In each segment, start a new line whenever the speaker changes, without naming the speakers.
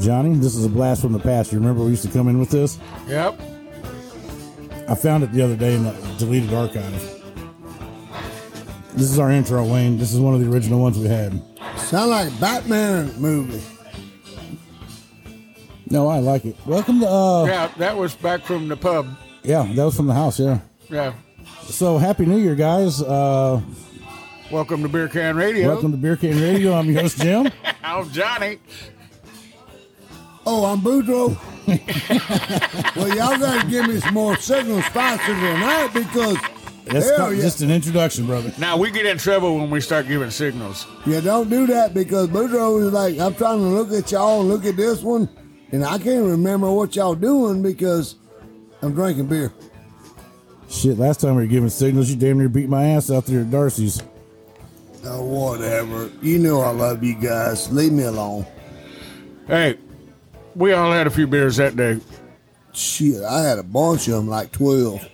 Johnny, this is a blast from the past. You remember we used to come in with this?
Yep.
I found it the other day in the deleted archive. This is our intro, Wayne. This is one of the original ones we had.
Sound like Batman movie.
No, I like it. Welcome to uh
Yeah, that was back from the pub.
yeah, that was from the house, yeah.
Yeah.
So happy new year, guys. Uh
Welcome to Beer Can Radio.
welcome to Beer Can Radio. I'm your host Jim.
I'm Johnny.
Oh, I'm Boudreaux. well, y'all gotta give me some more signal spices tonight because
That's
hell
not-
yeah.
just an introduction, brother.
Now we get in trouble when we start giving signals.
you don't do that because Boudreaux is like, I'm trying to look at y'all and look at this one, and I can't remember what y'all doing because I'm drinking beer.
Shit, last time we were giving signals, you damn near beat my ass out there at Darcy's.
Oh, whatever. You know I love you guys. Leave me alone.
Hey, we all had a few beers that day.
Shit, I had a bunch of them, like 12.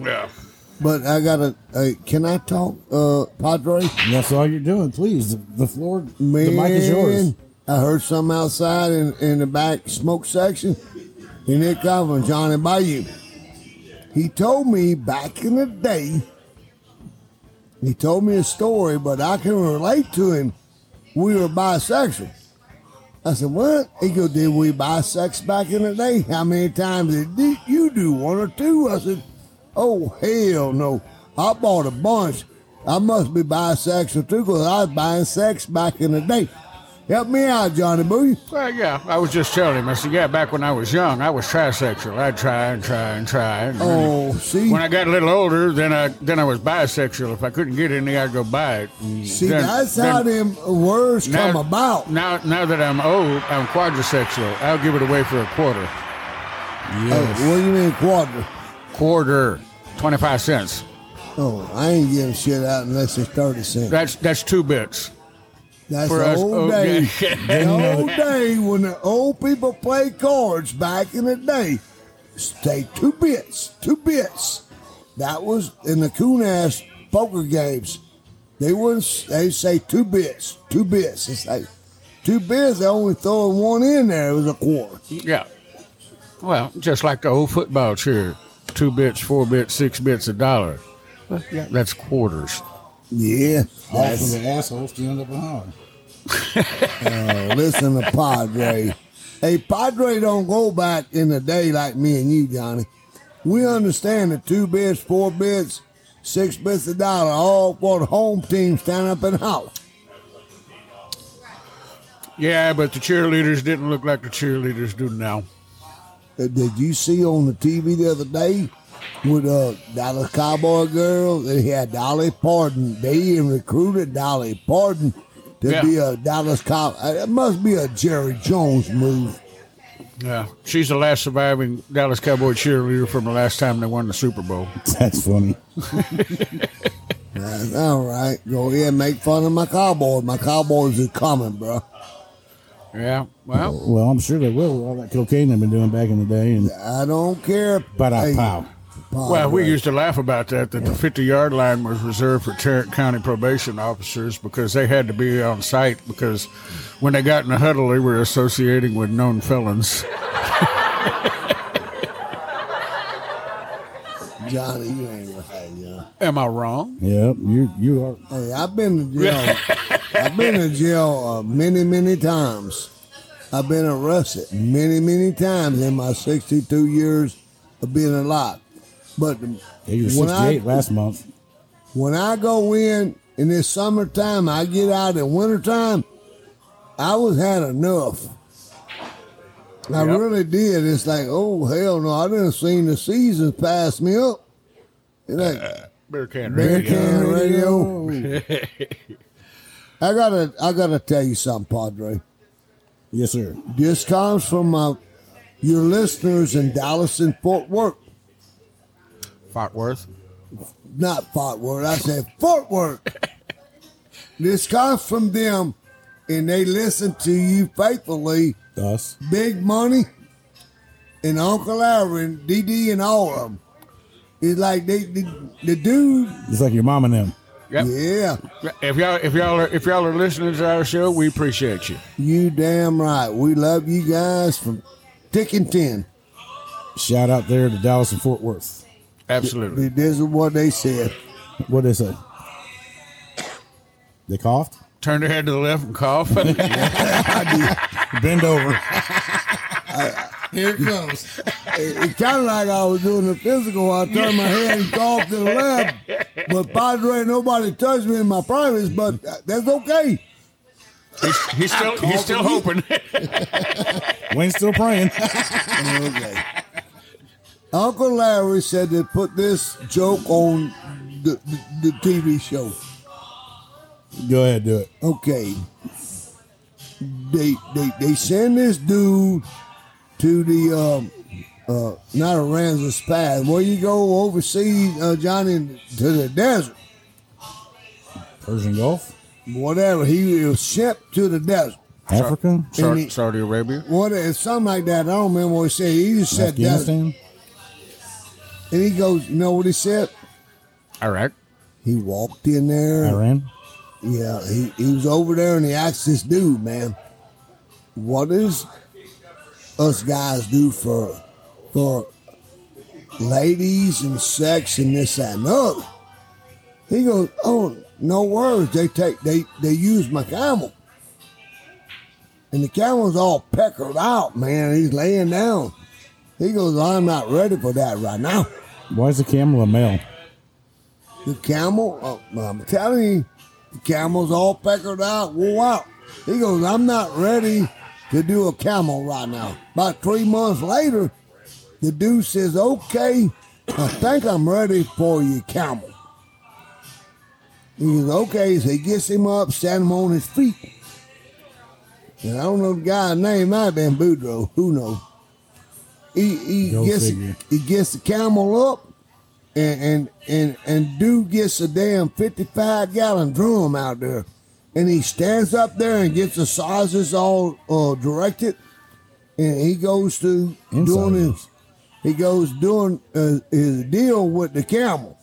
Yeah.
But I gotta, hey, can I talk, uh, Padre?
And that's all you're doing. Please, the, the floor, the mic is yours.
Man, I heard some outside in, in the back smoke section, and it come from Johnny Bayou. He told me back in the day, he told me a story, but I can relate to him. We were bisexual. I said, what? He goes, did we buy sex back in the day? How many times did you- you do? One or two? I said, oh, hell no. I bought a bunch. I must be bisexual too because I was buying sex back in the day. Help me out, Johnny Boo.
Well, yeah, I was just telling him. I said, yeah, back when I was young, I was trisexual. I'd try and try and try. And
Oh, see,
When I got a little older, then I then I was bisexual. If I couldn't get any, I'd go buy it. And
see,
then-
that's
then-
how them words come about.
Now, now that I'm old, I'm quadrisexual. I'll give it away for a quarter.
Oh,
Yes.
what do you mean quadrant?
Quarter, twenty-five cents.
Oh, I ain't giving shit out unless it's 30 cents.
That's that's two bits
That's
for
the
us.
old
old
day.
guys.
The old day when the old people played cards back in the day, stay two bits, two bits. That was in the coon ass poker games. They wouldn't. They say two bits, two bits. It's like two bits. They only throwing one in there. It was a quarter.
yeah. Well, just like the old football cheer, two bits, four bits, six bits, a dollar. Well, yeah, that's quarters.
Yeah.
All for
That's,
the assholes to end up with holler.
uh, listen to Padre. Hey, Padre don't go back in the day like me and you, Johnny. We understand that two bits, four bits, six bits a dollar, all for the home team stand up and holler.
Yeah, but the cheerleaders didn't look like the cheerleaders do now.
Uh, Did you see on the TV the other day with uh, Dallas Cowboy girl? They had Dolly Parton. They even recruited Dolly Parton to
Yeah.
be a Dallas Cow. uh, It must be a Jerry Jones move.
Yeah, she's the last surviving Dallas Cowboy cheerleader from the last time they won the Super Bowl.
That's funny.
That's all right. Go ahead, make fun of my cowboys. My cowboys are coming, bro.
Yeah, well,
Well, I'm sure they will with all that cocaine they've been doing back in the day. And
I don't care.
but I
Hey,
pow.
well, we used to laugh about that. That the fifty-yard line was reserved for Tarrant County probation officers because they had to be on site because when they got in a huddle, they were associating with known felons.
Johnny, you ain't right, yeah.
Am I wrong?
Yep, you you are.
Hey, I've been to jail. I've been to jail uh, many, many times. I've been arrested many, many times in my 62 years of being alive. But
Yeah, you were
when
68
I-
last month.
when I go in in this summertime, I get out in wintertime, I was had enough. I
Yep.
really did. It's like, oh hell no, I didn't seen the seasons pass me up. It ain't
Beer can
Beer
radio.
can radio. I gotta I gotta tell you something, Padre.
yes, sir.
This comes from my your listeners in Dallas and Fort Worth.
Fort Worth.
not Fort Worth. I said Fort Worth. this comes from them, and they listen to you faithfully.
Us.
Big Money and Uncle Aaron, DD, and all of them. It's like they, the, the dude
It's like your mom and them.
Yep.
Yeah,
If y'all if y'all are if y'all are listening to our show, we appreciate you.
you damn right. We love you guys from thick and thin.
Shout out there to Dallas and Fort Worth.
Absolutely.
This is what they said.
What did they say? They coughed.
Turn their head to the left and cough.
Bend over.
Here it comes.
It, it kind of like I was doing the physical. I turned my head and coughed to the left. But Padre, nobody touched me in my privates, but that's okay.
he's, he's still he's still hoping.
Wayne's still praying.
Okay. Uncle Larry said to put this joke on the, the, the TV show.
Go ahead, do it.
okay, they they they send this dude to the um, uh, not a Ramses Pass. Where you go overseas, uh, Johnny, to the desert,
Persian Gulf,
whatever. He was shipped to the desert.
Africa,
Sa-
he-
Saudi Arabia.
What it's something like that? I don't remember what he said. He just said desert,
Afghanistan.
and he goes, you know what he said?
Iraq.
He walked in there.
Iran.
Yeah, he, he was over there and he asked this dude, man, what does us guys do for for ladies and sex and this that and the other? He goes, Oh, no words. They take they they use my camel. And the camel's all peckered out, man. He's laying down. He goes, I'm not ready for that right now.
Why is the camel a male?
The camel, uh, I'm telling you, the camel's all peckered out, wore out. He goes, I'm not ready to do a camel right now. About three months later, the dude says, okay, I think I'm ready for your camel. He goes, okay, so he gets him up, stand him on his feet. And I don't know the guy's name, might have been Boudreaux, who knows. He, he,
Go
gets,
figure.
he gets the camel up, and and and and dude gets a damn fifty five gallon drum out there, and he stands up there and gets the sizes all uh, directed, and he goes to
Inside
doing
jokes.
his he goes doing uh, his deal with the camel,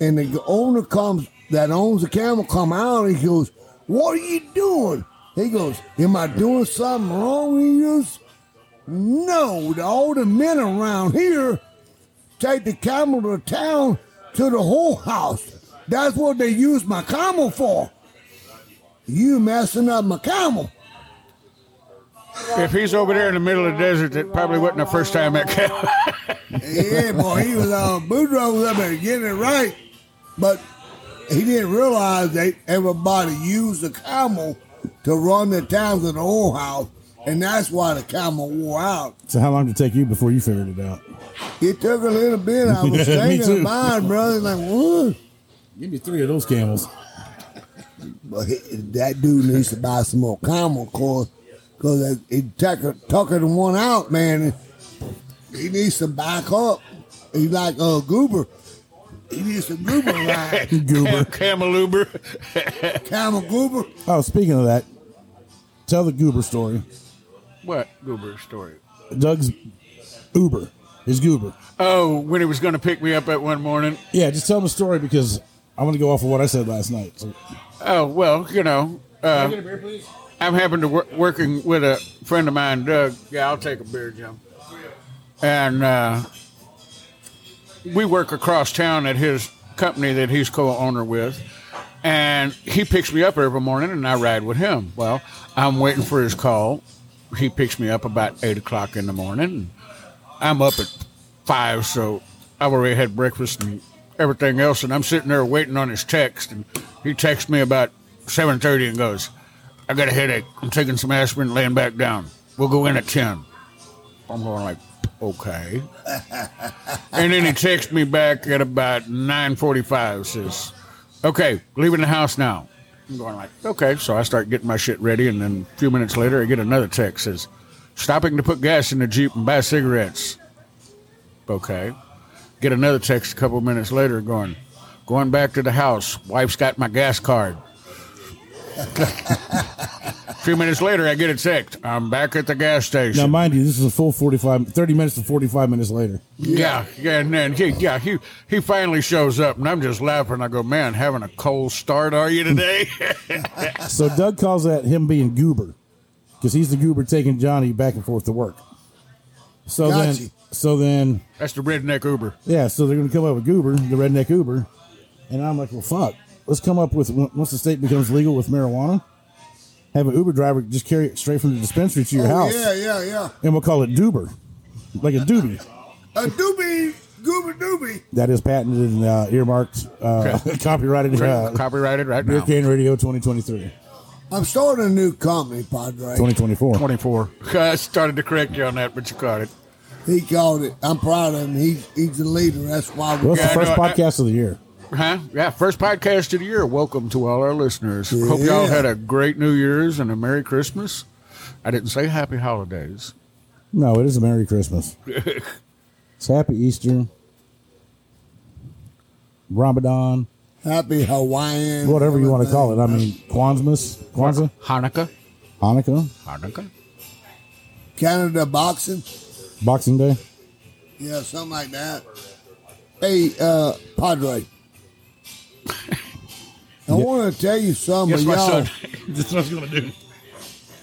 and the owner comes that owns the camel come out. He goes, "What are you doing?" He goes, "Am I doing something wrong?" He goes, "No, all the men around here." take the camel to town to the whole house. That's what they use my camel for. You messing up my camel.
If he's over there in the middle of the desert, that probably wasn't the first time that cow.
Yeah, boy, he was uh, Boudreaux was up there getting it right, but he didn't realize that everybody used the camel to run the towns of the whole house, and that's why the camel wore out.
So how long did it take you before you figured it out?
It took a little bit. I was
Yeah, me
thinking
too.
about it, brother. Like, what?
Give me three of those camels.
But he, that dude needs to buy some more camel cause because it, it took her, took her the one out, man. He needs to back up. He's like a uh, goober. He needs some goober ride.
Goober.
Camel Uber.
camel goober.
Oh, speaking of that, tell the Goober story.
What Uber story?
Doug's Uber is Goober.
Oh, when he was going to pick me up that one morning.
Yeah, just tell him the story because I want to go off of what I said last night. So,
Oh well, you know. Uh,
a beer, please?
I'm having to work, working with a friend of mine, Doug. Yeah, I'll take a beer, Jim. And uh, we work across town at his company that he's co-owner with, and he picks me up every morning, and I ride with him. Well, I'm waiting for his call. He picks me up about eight o'clock in the morning. I'm up at five, so I've already had breakfast and everything else, and I'm sitting there waiting on his text. And he texts me about seven thirty and goes, "I got a headache. I'm taking some aspirin, laying back down. We'll go in at 10. I'm going like, okay. and then he texts me back at about nine forty-five. Says, "Okay, leaving the house now." I'm going like, okay. So I start getting my shit ready, and then a few minutes later, I get another text says, "Stopping to put gas in the jeep and buy cigarettes." Okay. Get another text a couple minutes later going, going back to the house. Wife's got my gas card. A few minutes later, I get a text. I'm back at the gas station.
Now, mind you, this is a full 45, 30 minutes to 45 minutes later.
Yeah, yeah, and then he, yeah, he he finally shows up, and I'm just laughing. I go, man, having a cold start, are you today?
So Doug calls that him being goober because he's the goober taking Johnny back and forth to work. So
Got
then,
you.
so then,
That's the redneck Uber.
yeah, so they're going to come up with goober, the redneck Uber. And I'm like, well, fuck. Let's come up with, once the state becomes legal with marijuana, have an Uber driver just carry it straight from the dispensary to your house.
Oh, Yeah, yeah, yeah.
And we'll call it doober, like a doobie.
A doobie, goober doobie.
That is patented and uh, earmarked, uh, copyrighted. Uh,
Copyrighted right now.
Hurricane Radio 2023,
I'm starting a new company, Padre.
2024.
24. I started to correct you on that, but you caught it.
He called it. I'm proud of him. He's he's the leader. That's why we
Well, it's
Yeah, I
the first
know, I-
podcast of the year.
Huh? Yeah, first podcast of the year. Welcome to all our listeners. Hope y'all
Yeah.
had a great New Year's and a Merry Christmas. I didn't say Happy Holidays.
No, it is a Merry Christmas. it's Happy Easter, Ramadan,
happy Hawaiian.
whatever you want to call it. I mean, Kwanzmas, Kwanzaa,
Hanukkah.
Hanukkah,
Hanukkah.
Canada boxing.
Boxing Day.
Yeah, something like that. Hey, uh, Padre. I want to tell you something.
Yes, my
but y'all,
son. That's what I was going to do.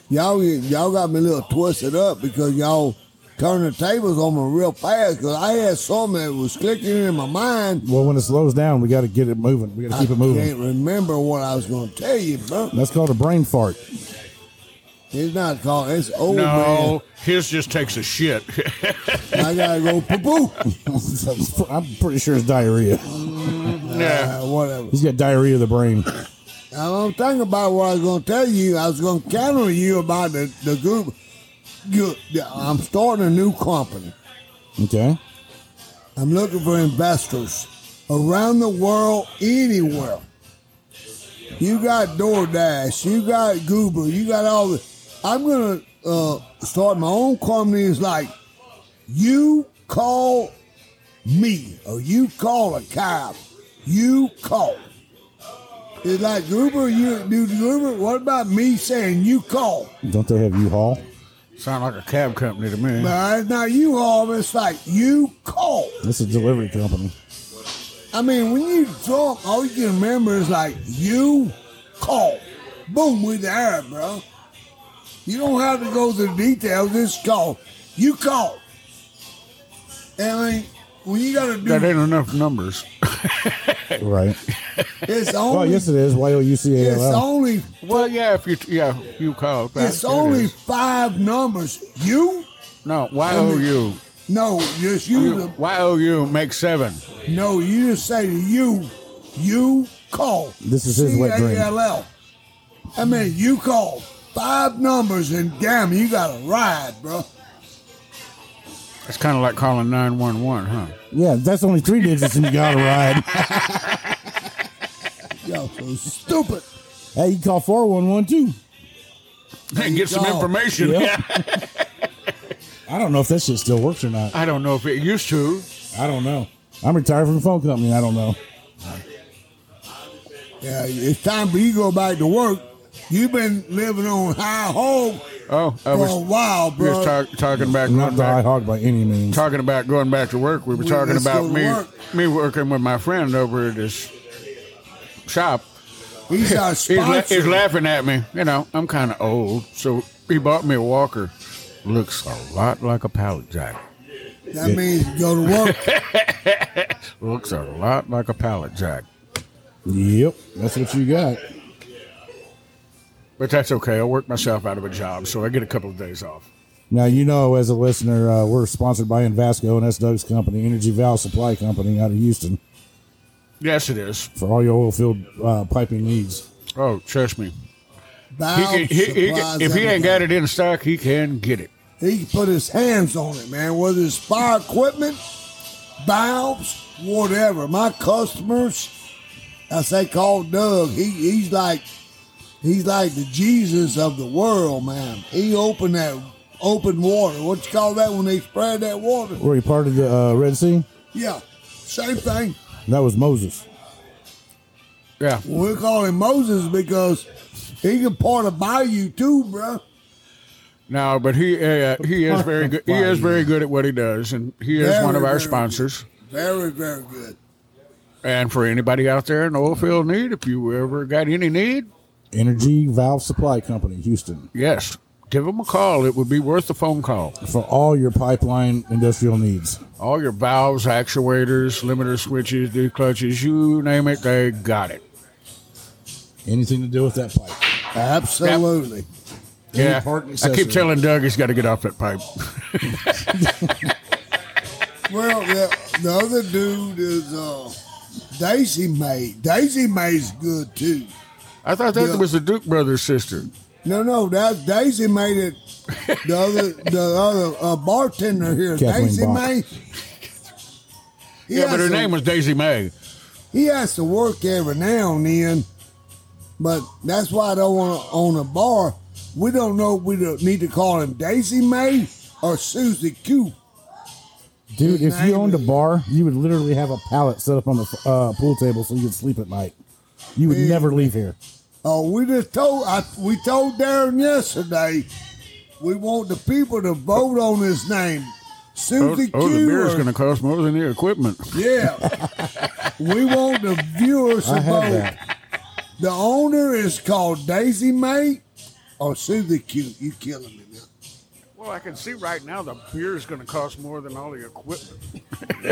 y'all, y'all got me a little twisted up because y'all turned the tables on me real fast because I had something that was clicking in my mind.
Well, when it slows down, we got to get it moving. We got to keep
I
it moving.
can't remember what I was going to tell you, bro.
That's called a brain fart.
It's not called. It's old
No, his just takes a shit.
man. I gotta go poo poo.
I'm pretty sure it's diarrhea.
yeah.
Uh, whatever.
He's got diarrhea of the brain.
I'm thinking about what I was going to tell you. I was going to counter you about the, the group. You- I'm starting a new company.
Okay.
I'm looking for investors around the world, anywhere. You got DoorDash, you got Goober, you got all the. I'm going to uh, start my own company. It's like, you call me, or you call a cab. You call. It's like Goober, you do Goober. What about me saying you call?
Don't they have U-Haul?
Sound like a cab company to me.
Now, it's not you all, it's like you call.
This is a delivery company.
I mean, when you talk, all you can remember is like you call. Boom, we there, bro. You don't have to go through the details. It's call. You call. And I mean, when you gotta
That
do
ain't enough numbers.
Right.
it's
Well,
only
yes, it is.
it's
Y-O-U-C-A-L-L.
only
Well, yeah, if you yeah you call. back,
it's
it
only
is.
five numbers. You
no Y O U.
no, just you.
You- Y O U makes seven.
No, you just say you you call.
This is his wet dream.
C-A-L-L. I mean, you call five numbers and damn, you got a ride, bro.
It's kind of like calling nine one one, huh?
Yeah, that's only three digits and you got to ride.
Y'all so stupid.
Hey, you call 411 too.
And get some
go.
information.
Yeah. I don't know if that shit still works or not.
I don't know if it used to.
I don't know. I'm retired from the phone company. I don't know.
Yeah, it's time for you to go back to work. You've been living on high hope
Oh, I
for
was,
a while,
we
bro.
was talk, talking about
I'm not
going
the
back,
hog by any means.
talking about going back to work. We were
We
talking
let's
about
go to
me
work.
me working with my friend over at his shop.
He's our
He's, la-
sponsor.
he's laughing at me. You know, I'm kind of old, so he bought me a walker. Looks a lot like a pallet jack.
that means go to work.
Looks a lot like a pallet jack.
Yep, that's what you got.
But that's okay. I worked myself out of a job, so I get a couple of days off.
Now, you know, as a listener, uh, we're sponsored by Invasco, and that's Doug's company, Energy Valve Supply Company out of Houston,
Yes, it is.
for all your oil field uh, piping needs.
Oh, trust me. He
Valve,
can, he, he can,
supplies,
if he ain't
everything.
got it in stock, he can get it.
He can put his hands on it, man. Whether it's fire equipment, valves, whatever. My customers, as they call Doug, he, he's like he's like the Jesus of the world, man. He opened that open water. What you call that when they spread that water?
Were you part of the uh, Red Sea?
Yeah. Same thing.
That was Moses.
Yeah.
Well, we call him Moses because He can part of Bayou too, bruh.
No, but he uh, he is very good. He is very good at what he does, and he is one of
Very,
our
very
sponsors.
Very, very good.
And for anybody out there in oil field need, if you ever got any need,
Energy Valve Supply Company, Houston,
yes, give them a call. It would be worth the phone call.
for all your pipeline industrial needs.
All your valves, actuators, limiter switches, D clutches, you name it, they got it.
Anything to do with that pipe.
Absolutely.
Any
Yeah,
part and
I keep
accessory.
telling Doug he's got to get off that pipe.
Well, the, the other dude is uh, Daisy May. Daisy May's good too.
I thought that
Yeah.
was the Duke brothers' sister.
No, no, that Daisy made it. The other, the other uh, bartender here,
Kathleen
Daisy
Bach.
May. He
Yeah, but
has
her
to-
name was Daisy May.
He has to work every now and then, but that's why I don't want to own a bar. We don't know. if We don't need to call him Daisy May or Susie Q.
Dude, if
name
you owned a
is-
bar, you would literally have a pallet set up on the uh, pool table so you could sleep at night. You would never leave here.
Oh, we just told I, we told Darren yesterday we want the people to vote on his name,
Oh,
Susie
oh,
Q.
the beer is
or-
going to cost more than the equipment.
Yeah, we want the viewers to
I have
vote.
that.
The owner is called Daisy May or Susie Q. You killing me now?
Well, I can see right now the beer is going to cost more than all the equipment.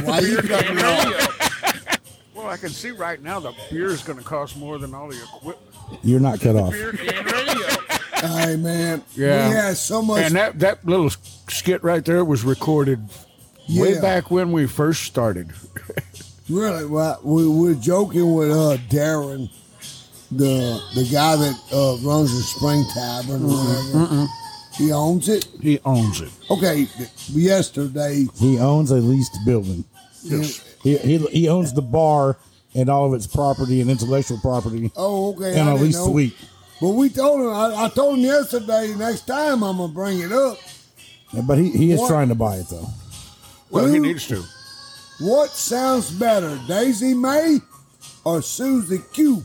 Why you got me off?
Well, I can see right now the beer is going to cost more than all the equipment.
You're not cut off.
Hey man,
Yeah.
we had so much.
And that, that little skit right there was recorded way
Yeah.
back when we first started.
really, well, we we're joking with uh, Darren, the the guy that uh, runs the Spring Tavern. or whatever. He owns it.
He owns it.
Okay, th- yesterday,
He owns a leased building. He, he, he owns the bar and all of its property and intellectual property
oh okay,
and
I
a
didn't
leased
know.
suite.
But we told him. I, I told him yesterday. Next time I'm gonna bring it up.
But he, he is
What?
trying to buy it, though.
Well, he
Who-
needs to.
What sounds better, Daisy May or Susie Q?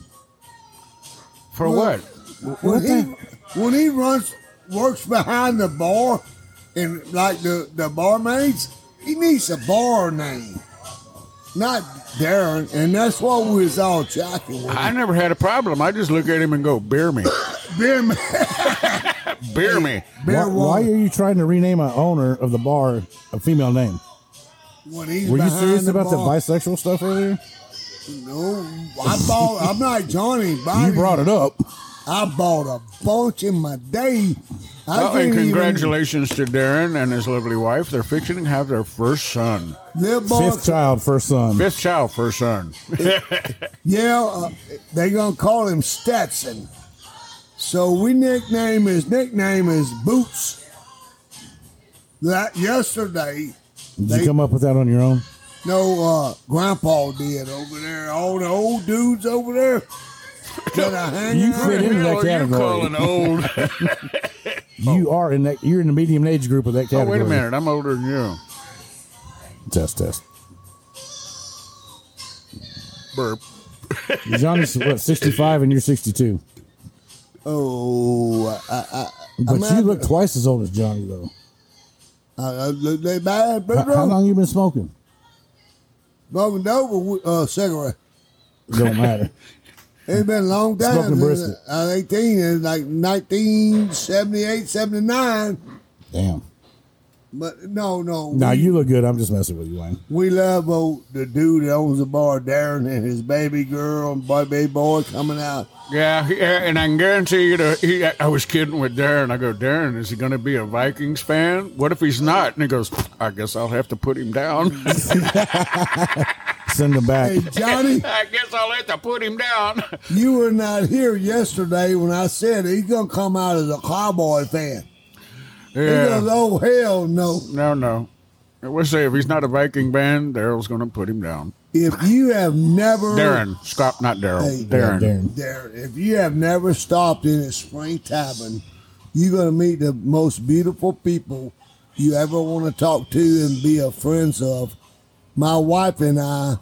For
Well-
what?
when he when he runs works behind the bar and like the the barmaids, he needs a bar name, not Darren. And that's what we was all checking with.
I never had a problem. I just look at him and go, beer me.
Beer man,
Beer me.
Why, why
beer why,
are you trying to rename an owner of the bar a female name?
when he's
Were you
behind
serious
the
about the
bar.
bisexual stuff earlier?
No, I bought. I'm not Johnny.
You brought it up.
I bought a bunch in my day. I
Well, and
can't even-
congratulations to Darren and his lovely wife. They're fixing to have their first son.
Their bar
Fifth child, first son.
Fifth child, first son.
Yeah, uh, they gonna call him Stetson. So we nickname his nickname is Boots. That yesterday,
Did you come up with that on your own?
no, uh, Grandpa did over there. All the old dudes over there that I hang
You
out
fit
with.
into that
Hell, you
category.
calling old.
Oh.
You are in that. You're in the medium age group of that
oh,
category.
wait a minute. I'm older than you.
Test test.
Burp.
Johnny's what 65 and you're 62.
Oh, I,
But
I'm
you
at-
look twice as old as Johnny though.
I, I, look they bad,
How, how
bro.
long you been smoking?
Smoking dope with uh, cigarette.
Don't matter.
It's been a long time.
Smoking
since
brisket.
I was 18, it's like 1978, 79.
Damn.
But no, no.
Now
we-
you look good. I'm just messing with you, Wayne.
We love old the dude that owns the bar, Darren, and his baby girl and boy, baby boy coming out.
Yeah, he- yeah, and I can guarantee you, to, he, I was kidding with Darren. I go, Darren, is he going to be a Vikings fan? What if he's not? And he goes, I guess I'll have to put him down.
Send them back.
Hey Johnny,
I guess I'll have to put him down.
you were not here yesterday when I said he's gonna come out as a cowboy fan. He goes,
Yeah.
oh hell no!
No, no. I would say if he's not a Viking fan, Daryl's going to put him down.
If you have never,
Darren, Scott, not Daryl.
Uh, Hey,
Darren.
Darren.
Darren, if you have never stopped in a spring tavern, you're gonna meet the most beautiful people you ever want to talk to and be a friends of. My wife and I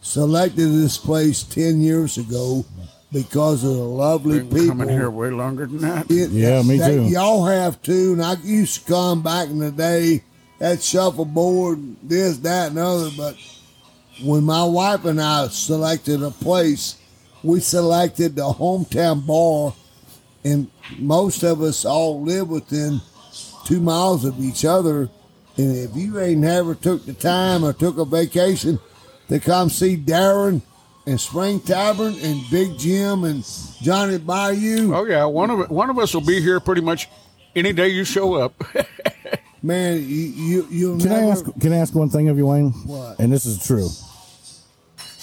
selected this place ten years ago because of the lovely
Been
people.
coming here way longer than that.
It-
Yeah, me
that
too.
Y'all have to, and I used to come back in the day that shuffleboard, this, that, and other. But when my wife and I selected a place, we selected the hometown bar, and most of us all live within two miles of each other. And if you ain't never took the time or took a vacation to come see Darren and Spring Tavern and Big Jim and Johnny Bayou,
Oh yeah, one of one of us will be here pretty much any day you show up.
Man, you you you'll
Can
never.
I ask? Can I ask one thing of you, Wayne?
What?
And this is true.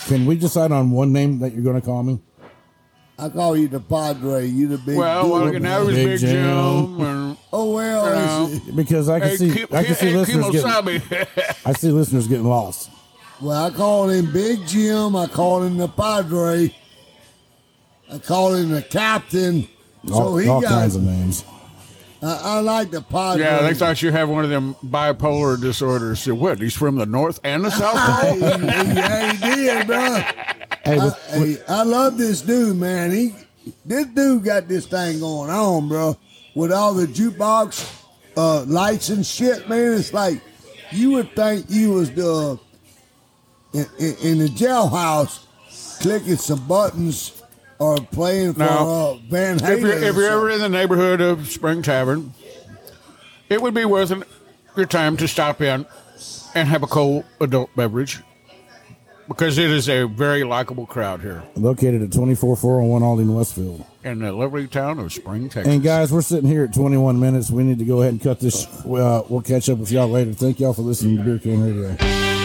Can we decide on one name that you're going to call me?
I call you the Padre. You the big.
well, well,
dude.
now it's
Big
Big
Jim.
Jim. and-
Oh well. it's-
Because I can
Hey,
see,
Kim-
I can see
hey,
listeners getting,
Kimosabe.
I see listeners getting lost.
Well, I call him Big Jim. I call him the Padre. I call him the Captain. So
All,
he
all
got.
kinds of names.
I, I like the Padre.
Yeah, they thought you had one of them bipolar disorders. So what? He's from the north and the south.
Hey, yeah, he did, bro.
Hey,
I,
with,
hey, I love this dude, man. He, this dude got this thing going on, bro. With all the jukebox uh, lights and shit, man, it's like you would think you was the uh, in, in, in the jailhouse clicking some buttons or playing for
Now,
uh, Van Halen.
if you're, if
or
you're ever
something.
in the neighborhood of Spring Tavern, it would be worth an- your time to stop in and have a cold adult beverage because it is a very likable crowd here
located at 24401 Alden Westfield.
in the lovely town of Spring, Texas.
And guys, we're sitting here at 21 minutes. We need to go ahead and cut this. Uh, we'll catch up with y'all later. Thank y'all for listening to Beer Can Radio.